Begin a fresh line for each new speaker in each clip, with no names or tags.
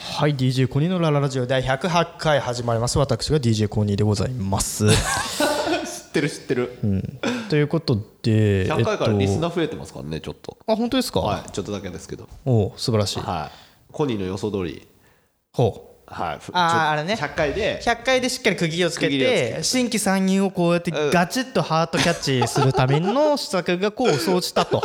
はい DJ コニーのラララジオ第108回始まります私が DJ コニーでございます
知ってる知ってる、
ということで
100回からリスナ
えっ
ー増えてますからねちょっと
とあ本当ですか、
はいちょっとだけですけど
おう素晴らしい、
はいコニーの予想通り
ほう
はいふ
あー
ちょ
あれね
100回で
100回でしっかり区切りをつけ
区切りをつ
て新規参入をこうやってガチッとハートキャッチするための施策がこう総じたと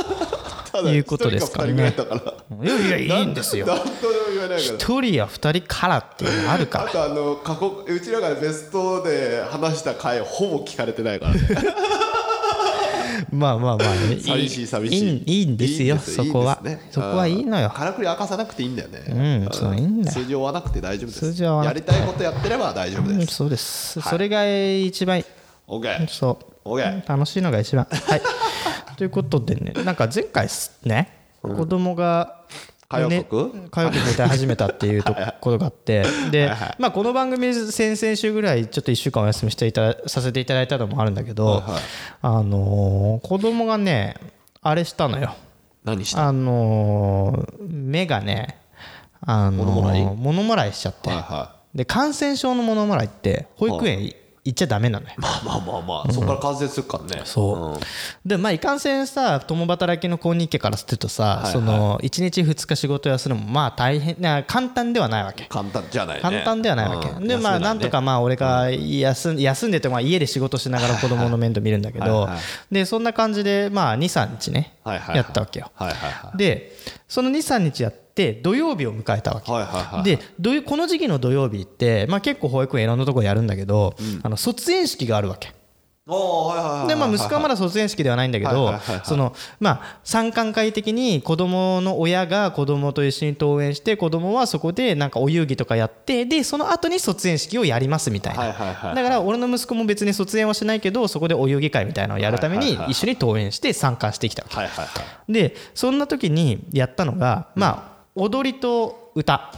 ただ
いうことですからね
一人か二人ぐら いだから
いやいやいいんですよ
何とでも言わないか
一
ら
人や二人からっていうのあるか
あ
ら
とあの過去うちらがベストで話した回ほぼ聞かれてないからね
まあまあまあ ね
寂しい寂しい
いいいいんですよ
いいんです
そこはい
いんですね
そこはいいの
うん
よ
からくり明かさなくていいんだよね
うんそういいんだよ
数字を追わなくて大丈夫です
数字を追わな
や
く
り
て
たいことやってれば大丈夫
うん
です
そうですそれが一番いい
OK
そう
オッケー
楽しいのが一番 はいということでねなんか前回っすね子供が
歌謡
ね
曲
歌謡曲歌い始めたっていうところがあってでまあこの番組先々週ぐらいちょっと1週間お休みしていたださせていただいたのもあるんだけど
はいはい
あのー子供がねあれしたのよ
何した
あのー目がねあのー
物もらい
物もらいしちゃって
はいは
で感染症の物もらいって保育園い行っちゃダメなのよ
いまあまあまあまあそこから完成するからね
そうでまあいかんせんさ共働きの公認家からするとさ、
はい
その1日2日仕事休むのもまあ大変な簡単ではないわけ
簡単じゃないね
簡単ではないわけ、
うん
でまあ
休めいね
なんとかまあ俺が休ん休んでてまあ家で仕事しながら子供の面倒見るんだけ
はい
ど
はい
でそんな感じでまあ23日ね
はいはいはい
やったわけよ
はいはいはい
でその23日やって土曜日を迎えたわけ
はいはいはい
でどうこの時期の土曜日って、まあ、結構保育園いろんなとこやるんだけど、あの卒園式があるわけ。
おーはいはいはい
でまあ、息子はまだ卒園式ではないんだけ
はいはい
ど
はいはい
そのまあ参観会的に子供の親が子供と一緒に登園して子供はそこでなんかお遊戯とかやってでその後に卒園式をやりますみたい
はい
な
はいはい
だから俺の息子も別に卒園はしないけどそこでお遊戯会みたいなのをやるため
はい
に
はいはいはい
一緒に登園して参観してきたわけ
はいはいはい
でそんな時にやったのがまあ踊りと歌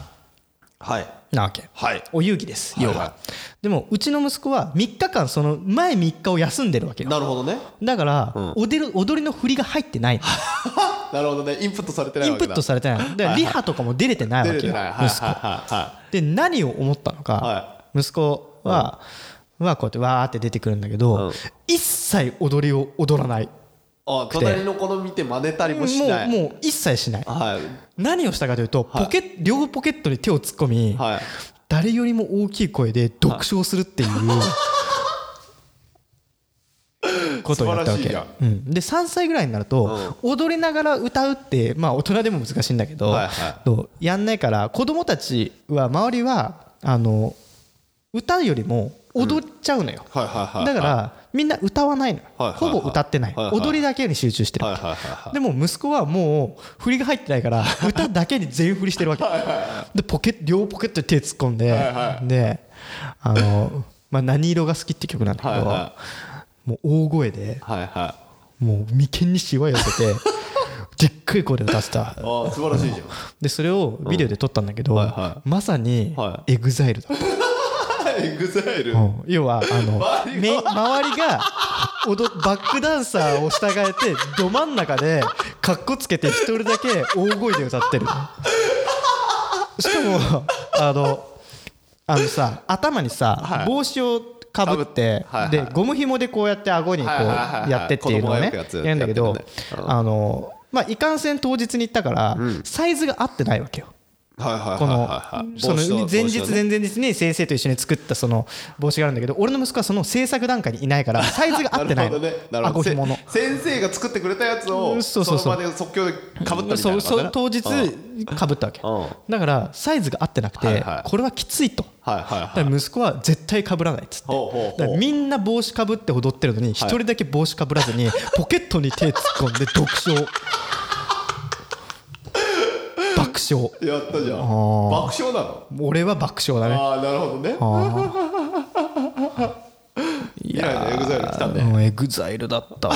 はい
なわけ
はい
お遊戯です要
はい
は
は
でもうちの息子は3日間その前3日を休んでるわけよ
なるほどね
だから、踊る踊りの振りが入ってないの
なるほどねインプットされてない
イ
わ
ンプッ
けだ
トされてないのだからリハとかも出れてないわけ
出て
よ
ないはいはい
息子
は
で何を思ったのか、
は
息子は、はこうやってわーって出てくるんだけど、
うん
一切踊りを踊らない
いはいあ隣の子の見て真似たりもしない
もうもう一切しない
はい
何をしたかというとポケ、両ポケットに手を突っ込み、
はい
誰よりも大きい声で独唱するってい う、ことをやったわ
素晴
け、
らし
うん、で3歳ぐらいになると、踊りながら歌うってまあ大人でも難しいんだけど、
はいは
とやんないから子供たちは周りはあの歌よりも踊っちゃうのよ、
はいはいはい
だからみんな歌わないの、
はいはいはい
ほぼ歌ってない、
はいはい
踊りだけに集中してる、
はいはいはいはい
でも息子はもう振りが入ってないから歌だけに全振りしてるわけでポケ両ポケットに手突っ込んで、
いは
であの、まあ「何色が好き」って曲なんだけど、
はいは
もう大声で
はいはい
もう眉間にしわ寄せてで っかい声で歌ってた
あー素晴らしいじゃ
でそれをビデオで撮ったんだけど、
はいは
まさに
は
エグザイルだった、
んエグザイル
うん要はあの
周り
め周りが踊バックダンサーを従えてど真ん中でかっこつけて一人だけ大声で歌ってるしかもあのあのさ頭にさ、
はい
帽子をかぶって、
かぶってはいはい
でゴム紐でこうやって顎にこ
はいはいはいは
う
い
やってっていうのをね
子供がよくやつ
やるんだけ
やっ
ど
てるねうん
あのまあいかんせん当日に行ったからサイズが合ってないわけよ。
はいはいはい
この
はいはい
そ
帽子と
の前日
帽子と
前
ね
々日に先生と一緒に作ったその帽子があるんだけど俺の息子はその制作段階にいない からサイズが合ってないの
なるほどねなる
顎
ほど
紐の
せ先生が作ってくれたやつ
う
を
んそうそうそう
その場で即興でかぶったみたい
そう
な
そ
感じ
う
だ
当日
うんはい
かぶったわけ
う
だからサイズが合ってなく
はい
て
はい
これはきついと
はい
だ
は
か
い
ら息子は絶対かぶらないっつって
ほうほうほう
だからみんな帽子かぶって踊ってるのに一人だけ帽子かぶらず にポケットに手突っ込んで独唱爆笑
やったじゃん爆笑なの
俺は爆笑だね
ああなるほどね以来のエグザイル来たね
うん、エグザイルだったわ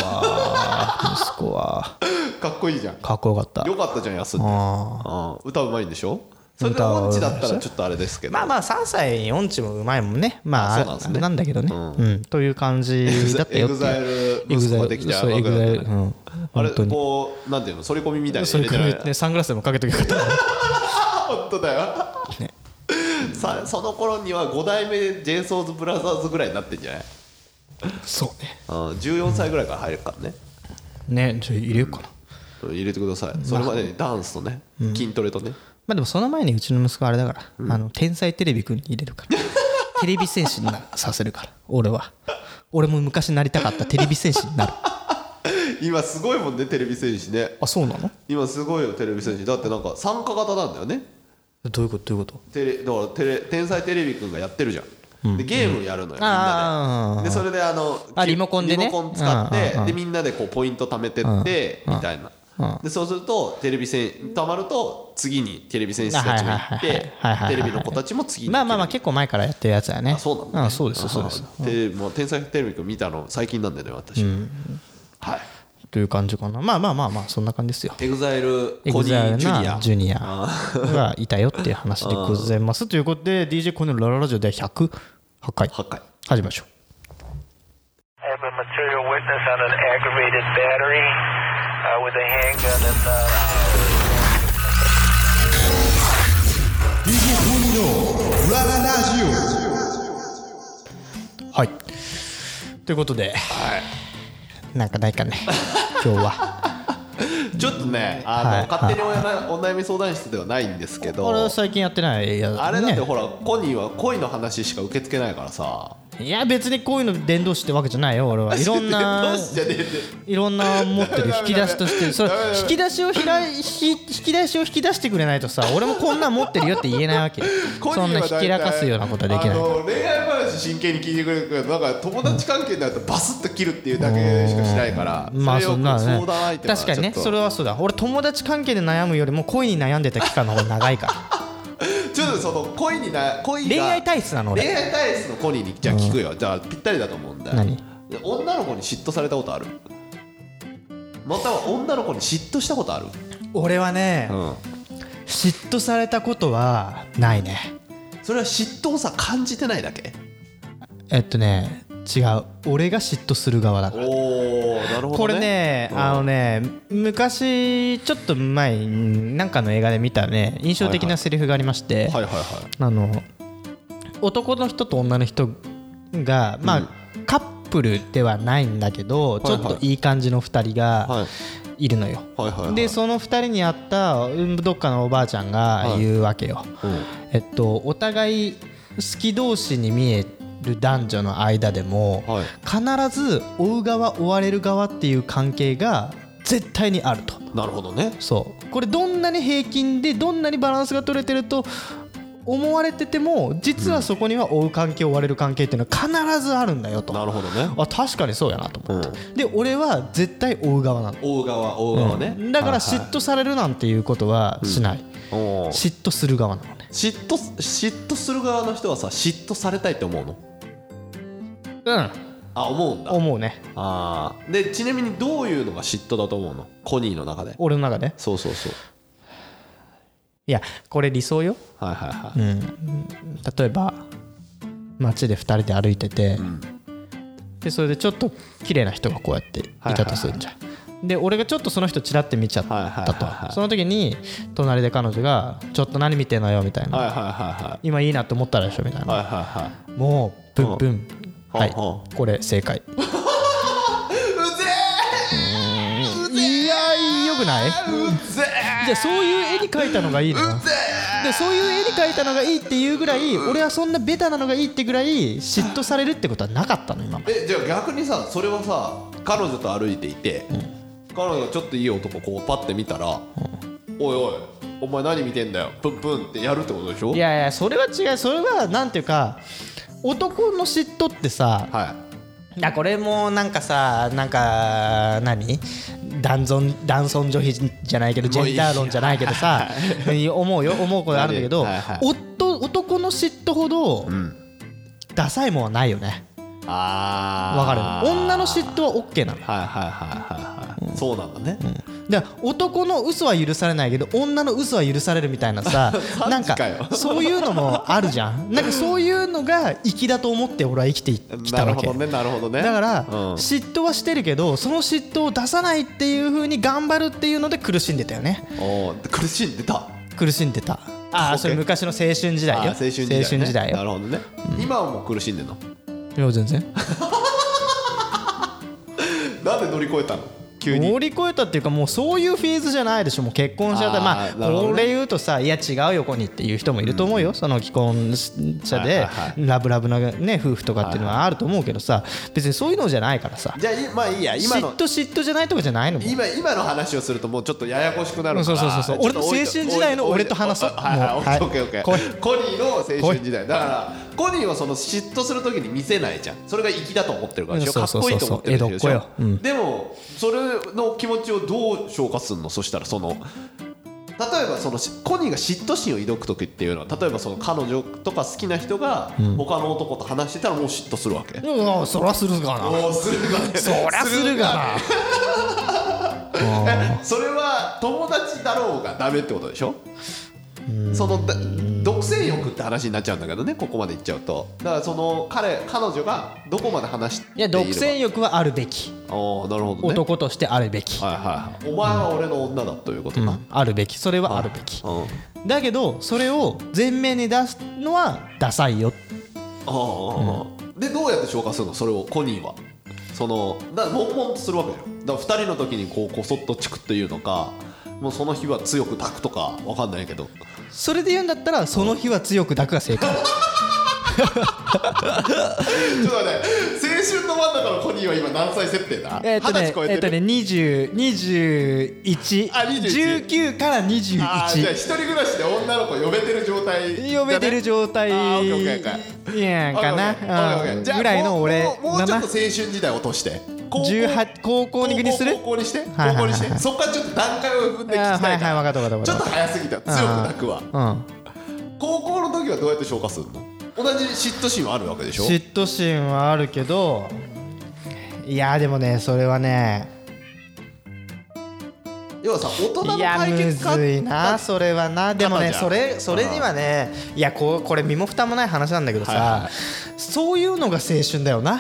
息子は
かっこいいじゃん
かっこよかった
よかったじゃん休んでうん歌うまいんでしょそれで
歌は
音痴だったらちょっとあれですけど
まあまあ3歳4チもうまいもんねまあ
あそうなんですね
あれなんだけどね、うんという感じだったよっていう
エグザイル息子ができちゃう
そうエグザイル、
わけだ
う
か
ん、
あれ
本当に
こうなんていうの反り込みみたいに
そ
入
れか
れてない
らねサングラスでもかけときゃよかった
本当だよさその頃には5代目 j s o u l s b r o t h e r ぐらいになってんじゃない
そうね
あー14歳ぐらいから入るからね
ねちょ入れようかな
入れてくださいそれまでにダンスとね筋トレとね
まあでもその前にうちの息子はあれだから、あの天才テレビくんに入れるから テレビ戦士になさせるから俺は俺も昔なりたかったテレビ戦士になる
今すごいもんねテレビ戦士ね
あそうなの
今すごいよテレビ戦士だってなんか参加型なんだよね
どういうことどういうこと
テレだからテレ天才テレビくんがやってるじゃん、でゲームやるのよ、みんな
あー
ででそれであの
あ
き
リモコンでね
リモコン使って、
うんうんうん
でみんなでこうポイント貯めてって、みたいな、でそうするとテレビ戦貯まると次にテレビ戦士たちも行
はい
っ
はい
て
はいはいはいはいはい
テレビの子たちも次に
まあまあまあ結構前からやってるやつだよね
あそうなんだ、ね、
あそうですそうです
あテレビもう天才テレビくん見たの最近なんだよね私、はい
という感じかなまあまあまあまあそんな感じですよ
エグザイル
エ
コ
グ
ニ
ザイ
ー
ル
ジュニア
なジュニアがいたよっていう話でございますということで DJ コネのラララジオで108回
8回
始めましょう
I have a material witness on an aggravated battery uh, with a handgun and. Uh
DJ トミーのラララジオ
はい。ということで、なんかないかね、 今日は。
ちょっとねあの、
はい
勝手にお悩お悩み相談室ではないんですけど
俺は最近やってないやつね
あれだってほら、コニーは恋の話しか受け付けないからさ。
いや、別にこういうの伝道師ってわけじゃないよ、 俺は。いろん
ど
な
う。しじゃねえって
いろんな持ってる引き出しとしてそれ引き出しを開い 引き引き出しを引き出してくれないとさ俺もこんなん持ってるよって言えないわけ
コニー
そ
は
んな
大
ひ
体
きらかすようなことはできない
あの恋愛話真剣に聞いてくれるけど、なんか友達関係になるとバスッと切るっていうだけしかしないから、
まあ
れを
そんなの
相
ね
談相手は
確かにね
ちょっと
それはそうだ俺友達関係で悩むよりも恋に悩んでた期間の方が 長いから
ちょっとその恋にな恋が
恋愛体質なの俺
恋愛体質のコニーにじゃあ聞くよ、じゃあぴったりだと思うんだよ
何
で女の子に嫉妬されたことあるまたは女の子に嫉妬したことある、
俺はね
うん、
嫉妬されたことはないね
それは嫉妬をさ感じてないだけ
えっとね違う俺が嫉妬する側だから
おおなるほどね
これね
うん
あのね昔ちょっと前になんかの映画で見たね印象的なセリフがありまして、
はいはいはい
あの男の人と女の人がまあ、カップルではないんだけど、
はい
ちょっといい感じの2人が
はい
いるのよ、
はいはいはい
でその2人に会ったうんどっかのおばあちゃんが
はい
言うわけよ、
うん
えっと、お互い好き同士に見える男女の間でも、
はい
必ず追う側追われる側っていう関係が絶対にあると
なるほどね
そうこれどんなに平均でどんなにバランスが取れてると思われてても実はそこには追う関係追われる関係っていうのは必ずあるんだよと
なるほどね
あ確かにそうやなと思って、で俺は絶対追う側なの、
大側大側ね、
だから嫉妬されるなんていうことはしない、
おー
嫉妬する側なのね
嫉妬嫉妬する側の人はさ嫉妬されたいって思うの
うん
あ思うんだ
思うね
あーでちなみにどういうのが嫉妬だと思うのコニーの中で
俺の中で
そうそうそう
いやこれ理想よ
はいはいはい、
例えば街で2人で歩いてて、でそれでちょっと綺麗な人がこうやっていたとするんじゃん、で俺がちょっとその人ちらって見ちゃっ
はいはい
た
はいはい
とその時に隣で彼女が「ちょっと何見てんのよ」みたいな、
はいはいはい
今いいなって思ったらでしょ」みたいな、
はいはいはいはい
もうプンプン、
うん
はい、
うん
これ正 解
うぜ
いやよくない
えうぜえ
じゃあそういう絵に描いたのがいいのでそういう絵に描いたのがいいっていうぐらい俺はそんなベタなのがいいってぐらい嫉妬されるってことはなかったの今まで
えじゃあ逆にさそれはさ彼女と歩いていて、彼女がちょっといい男こうパッて見たら「おいおいお前何見てんだよプンプン」ってやるってことでしょ
いやいやそれは違うそれはなんていうか男の嫉妬ってさ
はい
やこれもなんかさなんか何男尊男尊女卑じゃないけどジ
もうい
ェ
い
ンダー論じゃないけど さ思うよ思うことあるんだけど、
はいはい
夫男の嫉妬ほど、
ん
ダサいもんはないよね
いあ
わかる女の
し
嫉妬は OK なの
はいはいはいはいはい、そうなんだね、
だから男の嘘は許されないけど女の嘘は許されるみたいな さなんか
マジかよ
そういうのもあるじゃんなんかそういうのが粋だと思って俺は生きてき
な
た
る
わ
ほ
け
どねなるほどね
だから、
うん
嫉妬はしてるけどその嫉妬を出さないっていう風に頑張るっていうので苦しんでたよね
おー苦しんでた
苦しんでたああ それ昔の青春時代
あ
よ
ー青春時代、ね、
青春時代
な
よ
るほどね、今はもう苦しんでんの
いや全然
なんで乗り越えたの急に
乗り越えたっていうかもうそういうフェーズじゃないでしょもう結婚しちゃった
あー
ま
なるほ
あ
どね
俺言うとさいや違うよこにっていう人もいると思うよその既婚者
はいはい
で
は
ラブラブなね夫婦とかっていうのはあると思うけどさ別にそういうのじゃないからさ
じゃあいまあいいや今
嫉
の
妬嫉妬じゃないとかじゃないのもん
今今の話をするともうちょっとややこしくなるか
そ
ら
うそうそうそう
ちょっと置いと
俺の青春時代の俺と話そう
置いとはいはい
もう
オ
は
ッ
い
ケーオッケーオッケー
来い
コニーの青春時代だからコニーはその嫉妬するときに見せないじゃんそれが粋だと思ってるからでしょ
うん
かっ
そう
こ
そ
いういと
そう
思ってるでし
江戸っ子
ょ
ようん
でもそれの気持ちをどう消化するのそしたらその例えばそのしコニーが嫉妬心を抱く時っていうのは例えばその彼女とか好きな人が他の男と話してたらもう嫉妬するわけ、
うんそらするかな
おお するがね
そりゃするがな
それは友達だろうがダメってことでしょそのだ独占欲って話になっちゃうんだけどねここまでいっちゃうとだからその彼彼女がどこまで話してい
いや独占
欲
欲はあるべき
おーなるほどね
男としてあるべき
はいはいはいお前は俺の女だということ
う
だ、
んあるべきそれはあるべき
うん、あ
だけどそれを前面に出すのはダサいよ
あー、でどうやって消化するのそれをコニーはそのだから悶々とするわけじゃんだから2人の時にこうこそっとチクっていうのかもうその日は強く抱くとかわかんないけど
それで言うんだったらその日は強く抱くが正解
ちょっと待って青春の真ん中のコニーは今何歳設定だ
え
二
っと
十、
ね
歳超え
え
て
っ
る、
とね2021
あ21
19から
ああじゃあ
21
一人暮らしで女の子呼べてる状態だね
呼べてる状態
あーオ
い
ッケーオッケーオッケー
やか
オッケーオッケー
な
オッケー
うん
じゃあ
ぐらいの俺
もうもうもうちょっと青
7
春時代落として高校
18高校ににする
高校にして
いはいは
高
い
校にしてそっからちょっと段階を踏んで聞
あ
き
ーは
た
い
い
はい分
か
かった分からっ
ち
た
ょっ
分
と
かっ
早すぎた強く抱くわ
たうん
高校の時はどうやって消化するの同じ嫉妬心はあるわけでしょ
嫉妬心はあるけどいやでもねそれはね
要はさ大人の
いや
解
む
決か
ずいなそれはなでもね
じゃん
それそれにはねいやこうこれ身も蓋もない話なんだけどさ、
はいは
そういうのが青春だよな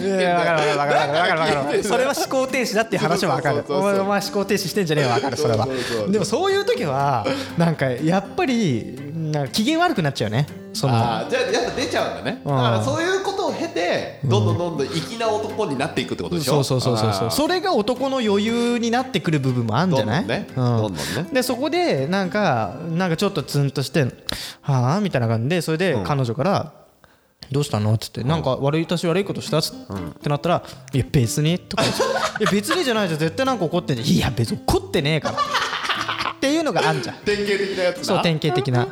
いやだから聞いてん
い
だよ
やわかるわかるわかるわかるわかるわ
だ
から
聞いて
る
んだよ
それは思考停止だっていう話はわかる
そうそうそう
お
そう
前お前思考停止してんじゃねえよわかるそれは
そうそうそう
でもそういう時はなんかやっぱりなんか機嫌悪くなっちゃうねその
あーじゃあやっぱ出ちゃうんだねだからそういうことを経てどんどんどんどん粋な男になっていくってことでし
そ
ょ
うそうそうそうそ
あ
う
ー
それが男の余裕になってくる部分もあるんじゃない
どんどんね
う
どんどんね
でそこでなんかなんかちょっとツンとして「はあ?」みたいな感じでそれで彼女から「どうしたの?」っつって「なんか悪い私悪いことした?」っつってなったら「いや別に」とか言って「いや別にじゃないじゃん絶対なんか怒ってんじゃん」「いや別に怒ってねえから」っていうのがあんじゃん
典型的なやつだ
そう典型的な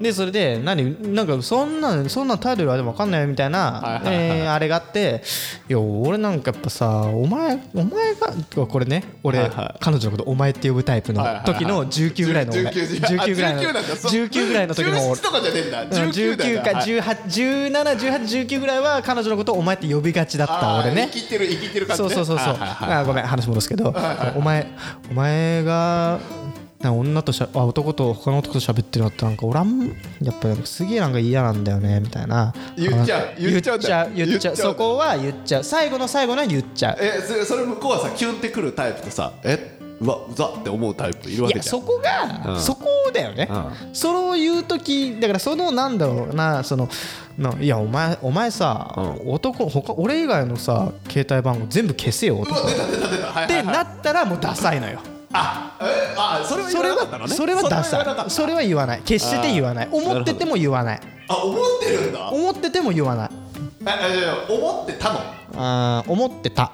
でそれで何なんかそんなそんなタイトルはでも分かんないよみたいな
はいはいはい
えーあれがあっていや俺なんかやっぱさお前お前がこれね俺、
はいはい
彼女のことお前って呼ぶタイプの
はいはいはい
時の19ぐらいの俺
19
19ぐらいの
あ19なんだそう
19ぐらいの時の俺
17とかじゃねえんだ
うん
19
19か
だはい
171819ぐらいは彼女のことをお前って呼びがちだった
あー
俺ね
生きてる生きてる感じ
そう
ね
そうそうそう、
はいはいはい
あごめん話戻すけど、お前お前がな女としゃあ男と他の男と喋ってるのってなんか俺あんやっぱなんかすげえなんか嫌なんだよねみたいな
言っちゃう
あ
言
言
っ
っ
ち
ち
ゃ
ゃ
う
うん
だ
言っちゃ
言っちゃう
うん
だ
そこは言っちゃう最後の最後のは言っちゃう
えそそれ向こうはさキュンってくるタイプとさえうわうざって思うタイプいるわ
い
け
や
じゃ
そ
ん
こが、
うん
そこだよね、
う
それを言う時だからそのなんだろうなそのないやお前お前さ、
う
男他俺以外のさ携帯番号全部消せよ男
っ
ってなったらもうダサいのよ
あえあそれは
そ
言
れ
わなかったの
は
ね
それはダ
それは言わなか
サ
っ
いそれは言わない決して言わない思ってても言わない
たあ思ってるんだ
思ってても言わない
ええ思ってたの
あー思ってた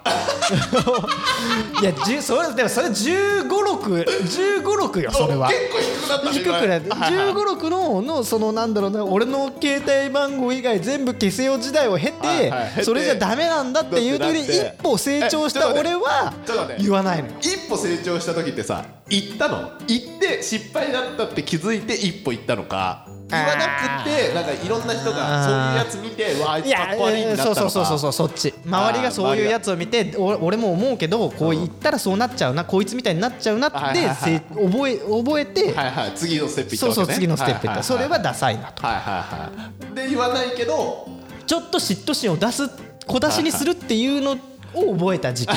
いや10それでもそれ1 5 6 1 5 6よそれは
結構低くなったね
低くなって
今はいはい
1 5 6ののそのなんだろうな俺の携帯番号以外全部消せよう時代を経
はいはい経て
てそれじゃダメなんだっていう時に
だって
一歩成長し
えちょ
た
っと待って
俺は
ちょっと待って
言わないのよ
一歩成長した時ってさ行ったの行って失敗だったって気づいて一歩行ったのか言わなくてなんかいろんな人がそういうやつ見てうわあい
い
つか
や
っこ悪いんだった
そ
の
う
か
そうそうそうそうそっち周りがそういうやつを見てお俺も思うけどこう言ったらそうなっちゃうなこいつみたいになっちゃうな
は
っ
いはい
て
はい
せ覚え覚えて
はいはい次のステップ行った
そう
わけ
そ
ね
う次のステップい
は
った
いいい
それはダサいなと
はいはいはいで言わないけど
ちょっと嫉妬心を出す小出しにするっていうのを覚えた時期が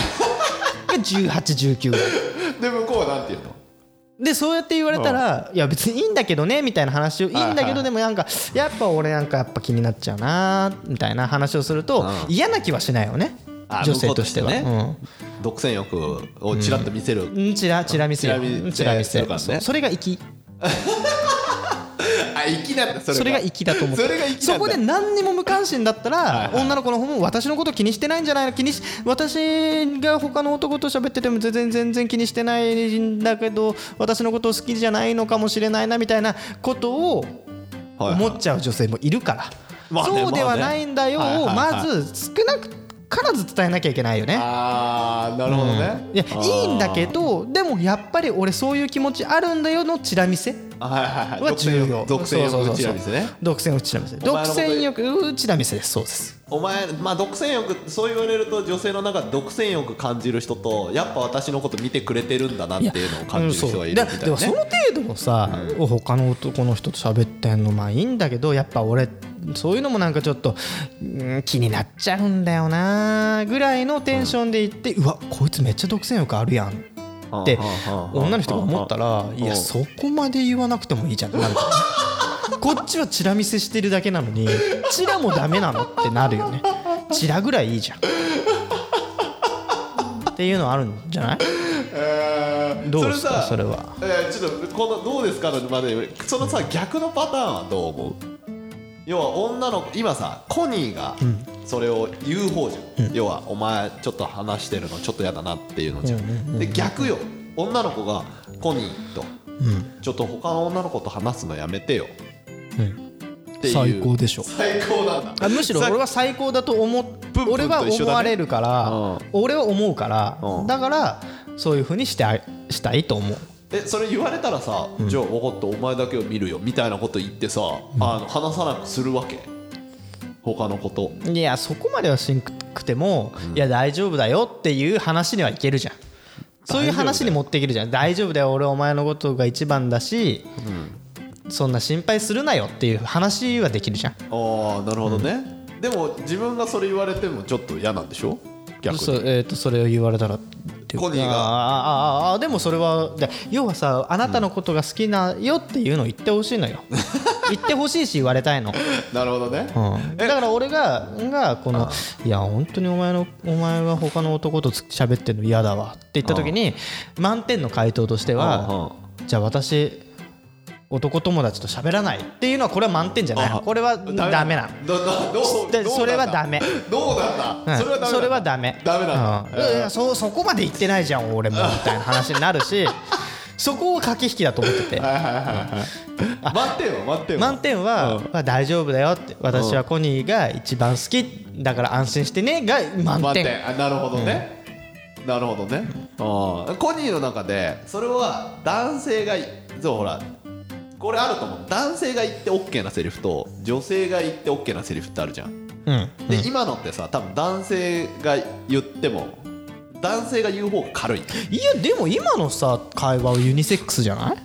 1819ぐらい
で向こうはなんて言うの
でそうやって言われたらいや別にいいんだけどねみたいな話をいいんだ
は
け
いは
ど
い
でもなんかやっぱ俺なんかやっぱ気になっちゃうなみたいな話をすると
う
嫌な気はしないよね
あ
女性としては
向こうとしてね独占欲をちらっと見せる、
うんチラチラ見せ
チラ見
うんチラ見
す
せ
るからね
そうそれが粋
あ粋なんだそれ
それが粋だと思って
それが粋
そ
なんだ
こで何にも無関心だったら女の子の方も私のこと気にしてないんじゃないの気にし私が他の男と喋ってても全然全然気にしてないんだけど私のこと好きじゃないのかもしれないなみたいなことを
はいはい
思っちゃう女性もいるから、
まあね
そうではないんだよを
まあねはいはいは
ま
い
ず少なからず伝えなきゃいけないよね。
ああなるほどね、
いや
あー
いいんだけどでもやっぱり俺そういう気持ちあるんだよのチラ見せ
はいはいはい
は重要
独占
そうそう
欲
そうそう
ちら見せね
独占欲チラ見せ独
前のこと
占欲チラ見せですそうです
お前まあ独占欲そう言われると女性の中で独占欲感じる人とやっぱ私のこと見てくれてるんだなっていうのを感じる人がいるみたい
うんそう
な
ででもその
ね
程度もさ、他の男の人と喋ってんのまあいいんだけどやっぱ俺そういうのもなんかちょっと、うん気になっちゃうんだよなぐらいのテンションで言って、うわこいつめっちゃ独占欲あるやんって女の人が思ったらいやそこまで言わなくてもいいじゃんってなるからこっちはチラ見せしてるだけなのにチラもダメなのってなるよねチラぐらいいいじゃんっていうのはあるんじゃない
えー
どうですか
さ
それは
えーちょっとこのどうですかのまでそのさ逆のパターンはどう思う要は女の子今さコニーがそれを言う方じゃん、要はお前ちょっと話してるのちょっとやだなっていうのじゃん,、で逆よ女の子がコニーと、ちょっと他の女の子と話すのやめてよ、っていう
最高でしょ
最高なんだ
あむしろ
さ
俺は最高だと思っ
ブンブンと
俺は思
一緒だね
われるから、俺は思うから、
うん
だからそういうふうにしてあしたいと思う
えそれ言われたらさ、じゃあ分かったお前だけを見るよみたいなこと言ってさ、あの話さなくするわけ他のこと
いやそこまではしんくても、いや大丈夫だよっていう話にはいけるじゃんそういう話に持っていけるじゃん大丈夫だよ俺はお前のことが一番だし、そんな心配するなよっていう話はできるじゃん
ああなるほどね、でも自分がそれ言われてもちょっと嫌なんでしょ逆
そ,、
に
えー、とそれを言われたらっていうか
コニー
あ
が
ーあーあーでもそれはで要はさあなたのことが好きなよっていうのを言ってほしいのよ言ってほしいし言われたいの、
なるほどね、
うんだから俺ががこのいや本当にお前のお前が他の男とつ喋ってるの嫌だわって言った時に満点の回答としてはじゃあ私男友達と喋らないっていうのはこれは満点じゃないこれはダメなの
どどどう
で
どう
それは
なんだ
ダメ
どうなんだ、それはダメなんだ
それはダメ
ダメなんだ、
うんいやそそこまで言ってないじゃん俺もみたいな話になる しそこを駆け引きだと思ってて
満点は満点は
満点はまあ大丈夫だよって私はコニーが一番好きだから安心してねが満
満点
点
あなるほどね、なるほどねあーコニーの中でそれは男性がいそうほらこれあると思う男性が言って OK なセリフと女性が言って OK なセリフってあるじゃん
うん
で、今のってさ多分男性が言っても男性が言う方が軽い
いやでも今のさ会話はユニセックスじゃない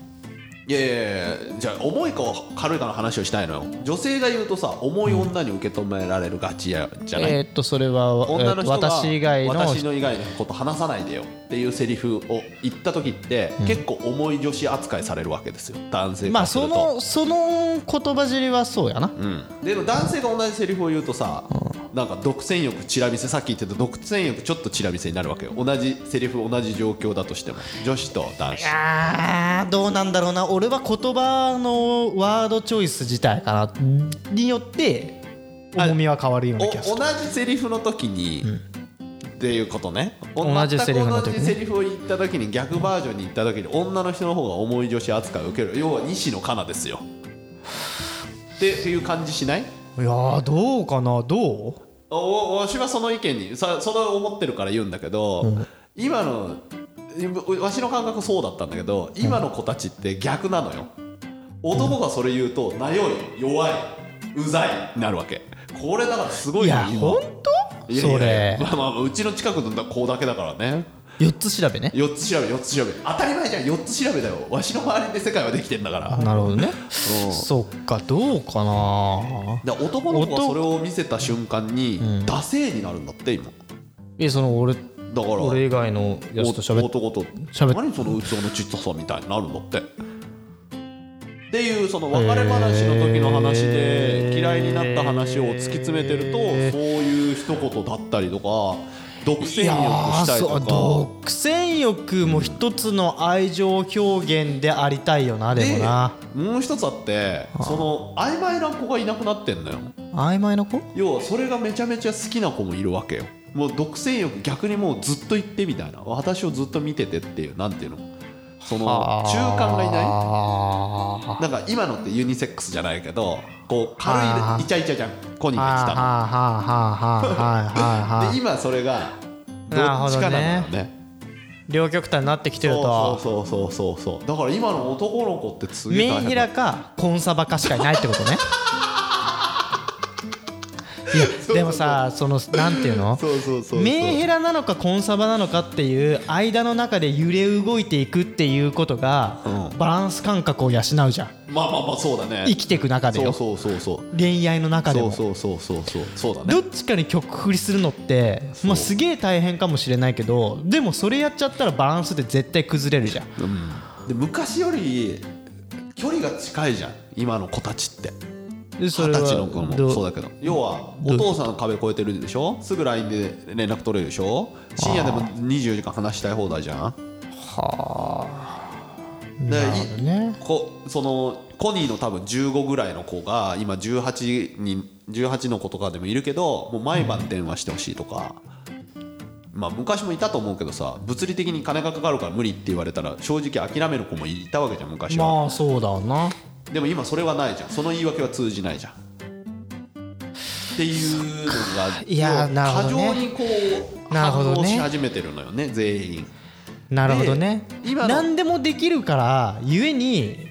いやいやいやじゃあ重いか軽いかの話をしたいのよ女性が言うとさ重い女に受け止められるがちやじゃない、
えーっとそれは
女の人が
えーっと私以外の
私の以外のこと話さないでよっていうセリフを言った時って、結構重い女子扱いされるわけですよ男性
ま
か
あ
らす
そ
ると
のその言葉尻はそうやな
うん、でも男性が同じセリフを言うとさ、なんか独占欲チラ見せさっき言ってた独占欲ちょっとチラ見せになるわけよ同じセリフ同じ状況だとしても女子と男子
あーどうなんだろうな俺は言葉のワードチョイス自体かなによって重みは変わるような気がす
お
る
同じセリフの時に、っていうことねお
同じセリフの時ね
全く同じセリフを言った時に逆バージョンに言った時に女の人の方が重い女子扱いを受ける要は西野カナですよってっていう感じしない
いやーどうかなどう
おおわしはその意見にさそれを思ってるから言うんだけど、今のいわしの感覚そうだったんだけど今の子たちって逆なのよ男がそれ言うと「なよい弱いうざい」になるわけこれだからすご
い
いよ
や
今
本当
いやいや
それ
まあまあうちの近くの子だけだからね
4つ調べね
4つ調べ4つ調べ当たり前じゃん4つ調べだよわしの周りで世界はできてんだから
なるほどね
うん
そっかどうかな
で男の子が
男
それを見せた瞬間に
ん
惰性になるんだって今
えその俺
だから
俺以外のやつと喋って
男と
喋っ
何その器のちっちゃさみたいになるんだってっていうその別れ話の時の話
へ
で
ー
嫌いになった話を突き詰めてるとそう
へー
いう一言だったりとか独占欲
いやー
したり
そう
と
独占欲も一つの愛情表現でありたいよなでもな
かもう一つあってその曖昧な子がいなくなってんのよ
曖昧な子
要はそれがめちゃめちゃ好きな子もいるわけよもう独占欲逆にもうずっと言ってみたいな私をずっと見ててっていうなんていうのその中間がいない
あ
なんか今のってユニセックスじゃないけどこう
あー
軽いイチャイチャじゃんコニー
あは
が来た
あはあはあはあはあは
ので
あ
今それがど
なるほ
っち
ど
かなの
ね
よね
両極端になってきてる
そう
と
そうそうそうそうだから今の男の子ってすげえ
メ
大
ン
変
ヘラかコンサバかしかいないってことねいやでもさそのなんていうの
そうそうそうそう
メンヘラなのかコンサバなのかっていう間の中で揺れ動いていくっていうことが
うん
バランス感覚を養うじゃん
まあまあまあそうだね
生きていく中で
そ
よ
うそうそうそう
恋愛の中で
そう
も
そうそうそうそうそうだね
どっちかに曲振りするのってまあすげえ大変かもしれないけどでもそれやっちゃったらバランスって絶対崩れるじゃん
で昔より距離が近いじゃん今の子たちって
でそ
二
れ
十
は
歳の子も
どう
そうだけど要はお父さんの壁越えてるでしょすぐ LINE で連絡取れるでしょ深夜でも24時間話したい放題じゃんはあ
なるほどね
こそのコニーの多分15ぐらいの子が今18に18の子とかでもいるけどもう毎晩電話してほしいとか、まあ昔もいたと思うけどさ物理的に金がかかるから無理って言われたら正直諦める子もいたわけじゃん昔は、
まあそうだな
でも今それはないじゃんその言い訳は通じないじゃんっていうのが
いやーなるほどね
過剰にこう
なるほ
反
ど
応
ね
し始めてるのよね全員
なるほどね
で今の
何でもできるからゆえに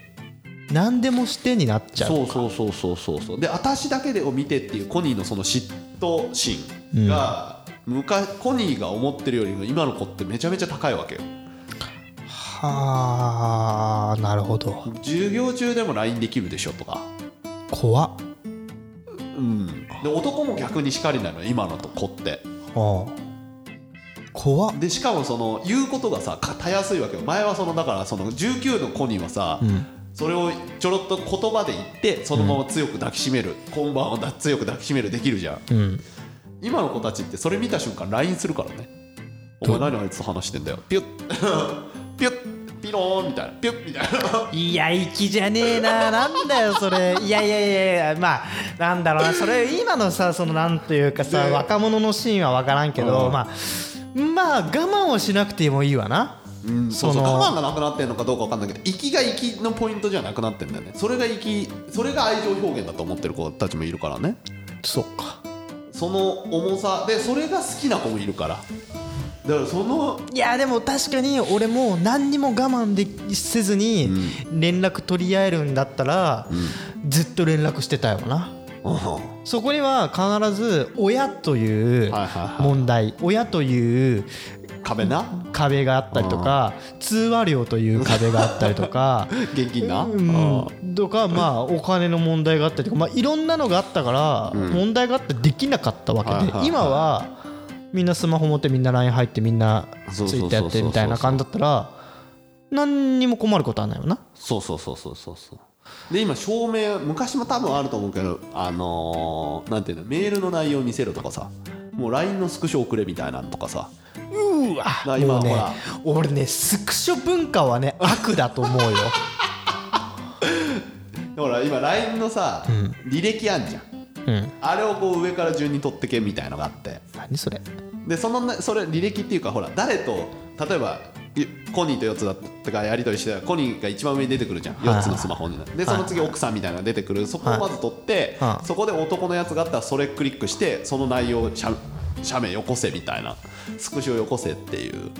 何でもしてになっちゃう
そうそうそうそうそうそうで私だけでを見てっていうコニーのその嫉妬心が、昔コニーが思ってるよりも今の子ってめちゃめちゃ高いわけよ
はあなるほど
授業中でも LINE できるでしょとか
怖っ
うんで男も逆に叱りなのよ今の子って
ああ怖っ
でしかもその言うことがさかたやすいわけよ前はそのだからその19の子にはさ、それをちょろっと言葉で言ってそのまま強く抱きしめる、今晩をだ強く抱きしめるできるじゃ
う
ん
ん
今の子たちってそれ見た瞬間 LINE するからね「お
どう
前何あいつと話してんだよ」ピュッ ピュッピローンみたいなピュッみたいない
や粋じゃねえななんだよそれいやいやいやいやまあなんだろうなそれ今のさそのなんというかさ
ね
若者のシーンは分からんけどまあまあ我慢をしなくてもいいわな
うんそうそう
その
我慢がなくなってんのかどうか分かんないけど息が息のポイントじゃなくなってんだよねそれが息それが愛情表現だと思ってる子たちもいるからね
そっか
その重さでそれが好きな子もいるからだからその
いやでも確かに俺も何にも我慢でせずに連絡取り合えるんだったらずっと連絡してたよなそこには必ず親という
はいはいはい
問題親という
壁な
壁があったりとか通話料という壁があったりとか
現金な、
うんとかまあお金の問題があったりとかまあいろんなのがあったから問題があってできなかったわ
はい
け
はいは
で
い
今はみんなスマホ持ってみんな LINE 入ってみんなツ
そ
イ
うそう
ッ
そう
ター
そう
やってみたいな感じだったら何にも困ることはないよな
そうそうそうそうそうそうで今証明昔も多分あると思うけどあのーなんていうのメールの内容見せろとかさもう LINE のスクショ送れみたいなのとかさ
うわ
な今
もうね
ほら
俺ねスクショ文化はね悪だと思うよ
ほら今 LINE のさ、履歴あんじゃん
うん
あれをこう上から順に取ってけみたいのがあって
何それ
でそのなそれ履歴っていうかほら誰と例えばいコニーと4つだったかやり取りしてたらコニーが一番上に出てくるじゃん
いはい
4つのスマホにでその次奥さんみたいなのが出てくるそこをまず取って、
はい
そこで男のやつがあったらそれクリックしてその内容を写写メよこせみたいなスクショよこせっていう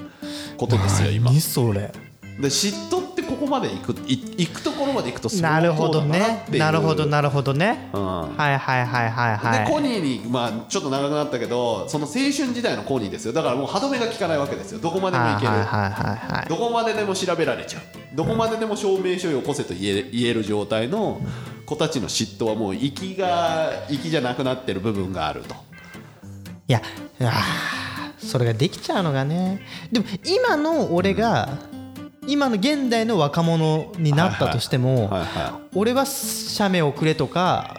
ことですよ今で
何それ
嫉妬ってここまで行くい行くところまで行くと
なるほど
相当だ
ね
っていう
なるほどなるほどね、
うん
はいはいはいはいはい
でコニーに、まあ、ちょっと長くなったけどその青春時代のコニーですよだからもう歯止めが効かないわけですよどこまでも
はい
いける、
はいはいはいはい
どこまででも調べられちゃうどこまででも証明書をよこせと言え言える状態の子たちの嫉妬はもう息が息じゃなくなってる部分があると
いやあーそれができちゃうのがねでも今の俺が、今の現代の若者になったとしても、
はいは
俺は写メをくれとか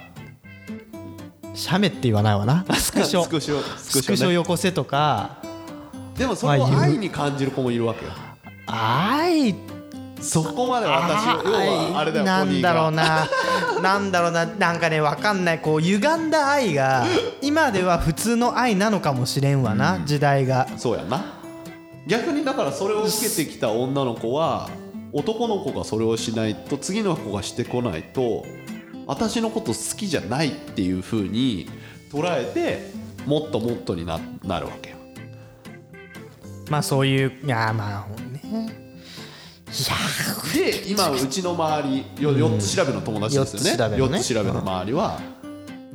写メって言わないわ なスクショ
スクショスクショね
スクショよこせとか
いでもそれを愛に感じる子もいるわけよ
愛
そこまで私を要はあれだよ
な
ポニ
ん
ー
だろう
が
な なんだろうななんかねわかんないこう歪んだ愛が今では普通の愛なのかもしれんわな、時代が
そうやな逆にだからそれを受けてきた女の子は男の子がそれをしないと次の子がしてこないと私のこと好きじゃないっていう風に捉えてもっともっとにななるわけよ
まあそういういやまあねいや
で今うちの周りよ4つ調べの友達ですよね
四つ調べのね
四つ調べの周りは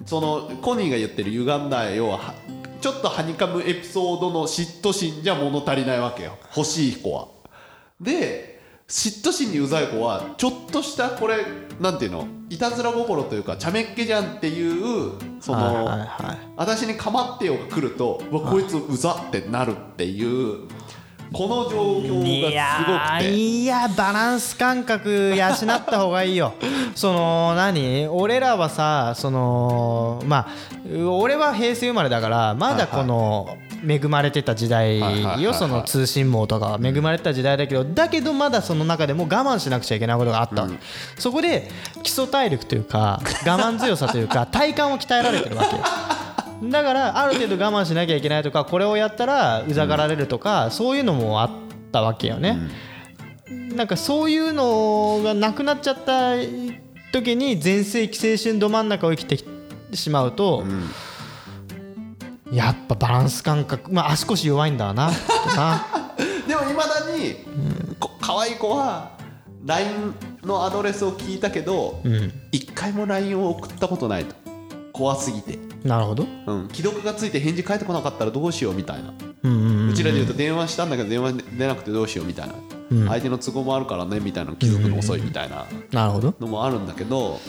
そのコニーが言ってる歪んだ要ははちょっとはにかむエピソードの嫉妬心じゃ物足りないわけよ欲しい子はで嫉妬心にうざい子はちょっとしたこれなんていうのいたずら心というかちゃめっ気じゃんっていうその、
はいはいはい
私に構ってよが来るとうわこいつうざってなるっていうこの状況
い
が
や
すごく
ー
て。
いやバランス感覚養った方がいいよ その何俺らはさそのまあう俺は平成生まれだからまだこの恵まれてた時代
はいはいはいは
よ
い
その通信網とか恵まれてた時代だけどだけどまだその中でも我慢しなくちゃいけないことがあったわけ、そこで基礎体力というか我慢強さという か体幹を鍛えられてるわけよだからある程度我慢しなきゃいけないとかこれをやったらうざがられるとか、そういうのもあったわけよね、なんかそういうのがなくなっちゃった時に全盛期青春ど真ん中を生きてしまうと、やっぱバランス感覚まあ足腰弱いんだわなきっと な
でもいまだに、こ可愛い子は LINE のアドレスを聞いたけど一、回も LINE を送ったことないと怖すぎて、
なるほど
うん、既読がついて返事返ってこなかったらどうしようみたいな、
うんうん
うちらで言うと電話したんだけど電話出なくてどうしようみたいな、相手の都合もあるからねみたいな気づくの遅いみたいな
なるほど
のもあるんだけど、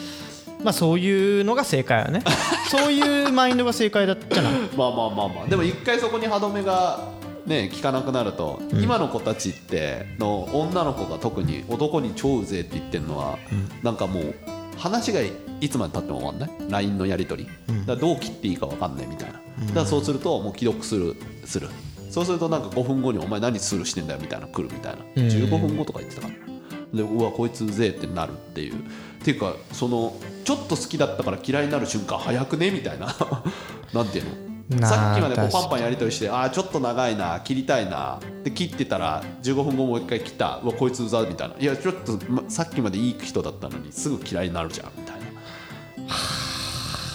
まあそういうのが正解よねそういうマインドが正解だった じゃない
まあまあまあまあでも一回そこに歯止めがね効かなくなると、今の子たちっての女の子が特に男に超うぜえって言ってるのは、なんかもう話がいつまでたっても終わんない LINE のやり取り、だからどう切っていいか分かんないみたいな、だからそうするともう既読するするそうするとなんか5分後に「お前何スルーしてんだよ」みたいな来るみたいな、15分後とか言ってたからでうわこいつうぜえってなるっていうっていうかそのちょっと好きだったから嫌いになる瞬間早くねみたいな なんていうの
なあ
さっきまでこう
確か
パ
に
ンパンやり取りしてああちょっと長いな切りたいなで切ってたら15分後もう一回切ったうわこいつうざみたいないやちょっと、まさっきまでいい人だったのにすぐ嫌いになるじゃんみたいな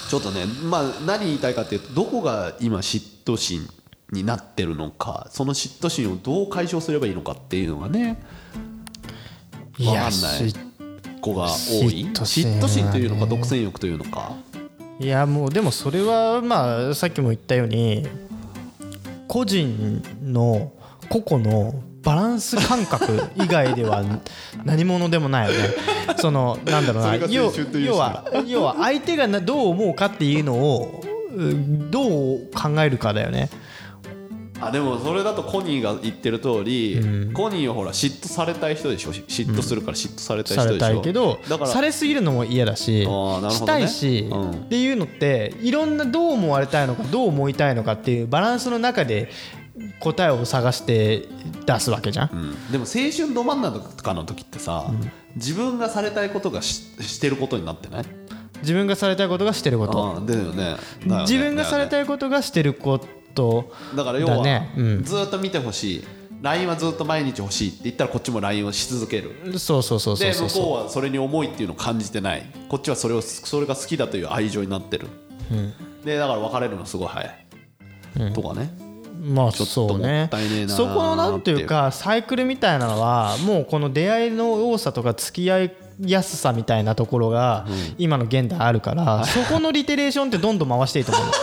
ちょっとね、まあ、何言いたいかっていうとどこが今嫉妬心になってるのかその嫉妬心をどう解消すればいいのかっていうのがね
い
分かんな
や
い
し
子が多い
嫉
嫉
妬
妬
心は
心,、
ね
というのか独占欲というのか
いやもうでもそれはまあさっきも言ったように個人の個々のバランス感覚以外では何者でもないよ ね。そのなんだろうな
それが
要
青春という
要は要は相手がなどう思うかっていうのをうんどう考えるかだよね。
あでもそれだとコニーが言ってる通り、コニーはほら嫉妬されたい人でしょ嫉妬するから嫉妬されたい
さ
人
れ
でしょ、
たいけど
だから
されすぎるのも嫌だし
あーなる
し
ほど
た
ね
いし、
うん
っていうのっていろんなどう思われたいのかどう思いたいのかっていうバランスの中で答えを探して出すわけじゃん。
うんでも青春ど真ん中とかの時ってさ、自分がされたいことがししてることになってない
自分がされたいことがしてること、
あーだよねだよね
自分がされ
だ
た
よね
いことがしてること
だから要は、
だねうん
ずーっと見てほしい LINE はずーっと毎日欲しいって言ったらこっちも LINE をし続ける
そうそうそうそ
で
うそう
向
そう
こうはそれに思いっていうのを感じてないこっちはそれをそれが好きだという愛情になってる、でだから別れるのすごい早い、とかね
まあ
ちょっと
そうね
もったいねえなー
そこのなんていうかサイクルみたいなのはもうこの出会いの多さとか付き合いやすさみ たいなところが今の現代あるからそこのリテレーションってどんどん回していいと思うの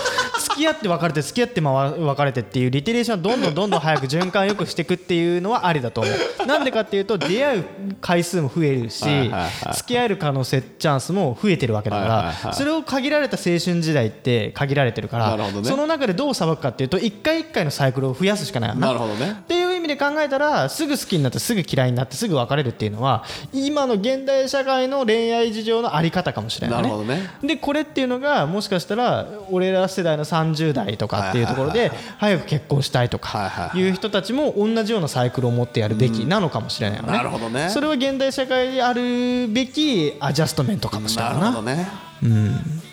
付き合って別れて付き合ってまわ別れてっていうリテレーションをどんどんどんどん早く循環よくしていくっていうのはありだと思 うなんでかっていうと出会う回数も増えるし
はいはい
付き合える可能性チャンスも増えてるわけだ
はいはい
か
は
ら
い
それを限られた青春時代って限られてるか
なるほど
ら
ね
その中でどうさばくかっていうと一回一回のサイクルを増やすしかないよ
なるほどね
っていう意味で考えたらすぐ好きになってすぐ嫌いになってすぐ別れるっていうのは今の現代社会の恋愛事情のあり方かもしれない、ね、
なるほどね
でこれっていうのがもしかしたら俺ら世代の30代とかっていうところで早く結婚したいと
はいはい
か
はい
いう人たちも同じようなサイクルを持ってやるべきなのかもしれないよね、
なるほどね
それは現代社会であるべきアジャストメントかもしれな
ないる
な
ほどね、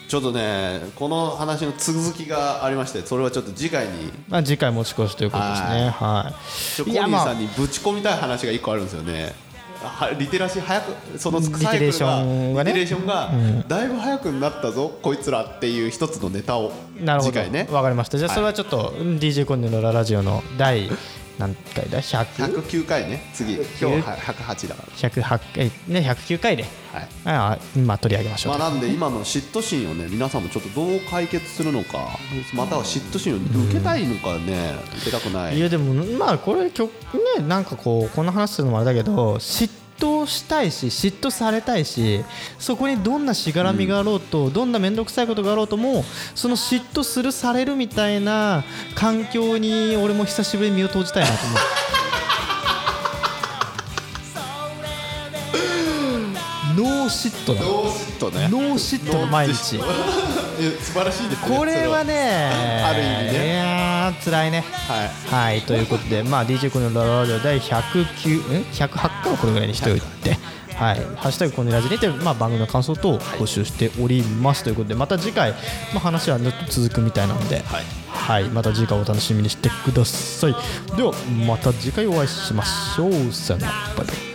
ちょっとねこの話の続きがありましてそれはちょっと次回に
まあ、次回持ち越しということですねは
ちょ
い
コニーさんにぶち込みたい話が一個あるんですよね。はリテラシー早くそのサイクルが
リテレーションがね
リテレーションがだいぶ早くなったぞ、こいつらっていう一つのネタを
なるほ
次
ど、
回ね
わかりました。じゃあ
はい
それはちょっと、DJ コンデのラジオの第何回だ ?100?
109回ね次今日は108だか
108回ね109回で、
ら、は
あ
い
あまあ取り上げましょう
ま
と、
あ、なんで今の嫉妬心をね皆さんもちょっとどう解決するのかまたは嫉妬心を受けたいのかね受けたくない
いやでもまあこれ曲ねなんかこうこんな話するのもあれだけど嫉妬したいし嫉妬されたいしそこにどんなしがらみがあろうと、どんな面倒くさいことがあろうともその嫉妬するされるみたいな環境に俺も久しぶりに身を投じたいな と思うノー嫉妬だ
ノー嫉妬ね
ノー嫉妬の毎日
ノー嫉妬素晴ら しいですね
これはね
ある意味ね
いやー辛いね
はい
はい、ということで、まあ、DJ コネララジオ第109ん108回はこれぐらいにしておいて。はい、ハッシュタグコネラジにて、まあ、番組の感想等を募集しておりますということでまた次回、まあ、話はずっと続くみたいなので、はいまた次回お楽しみにしてくださいではまた次回お会いしましょうさよならバイバイ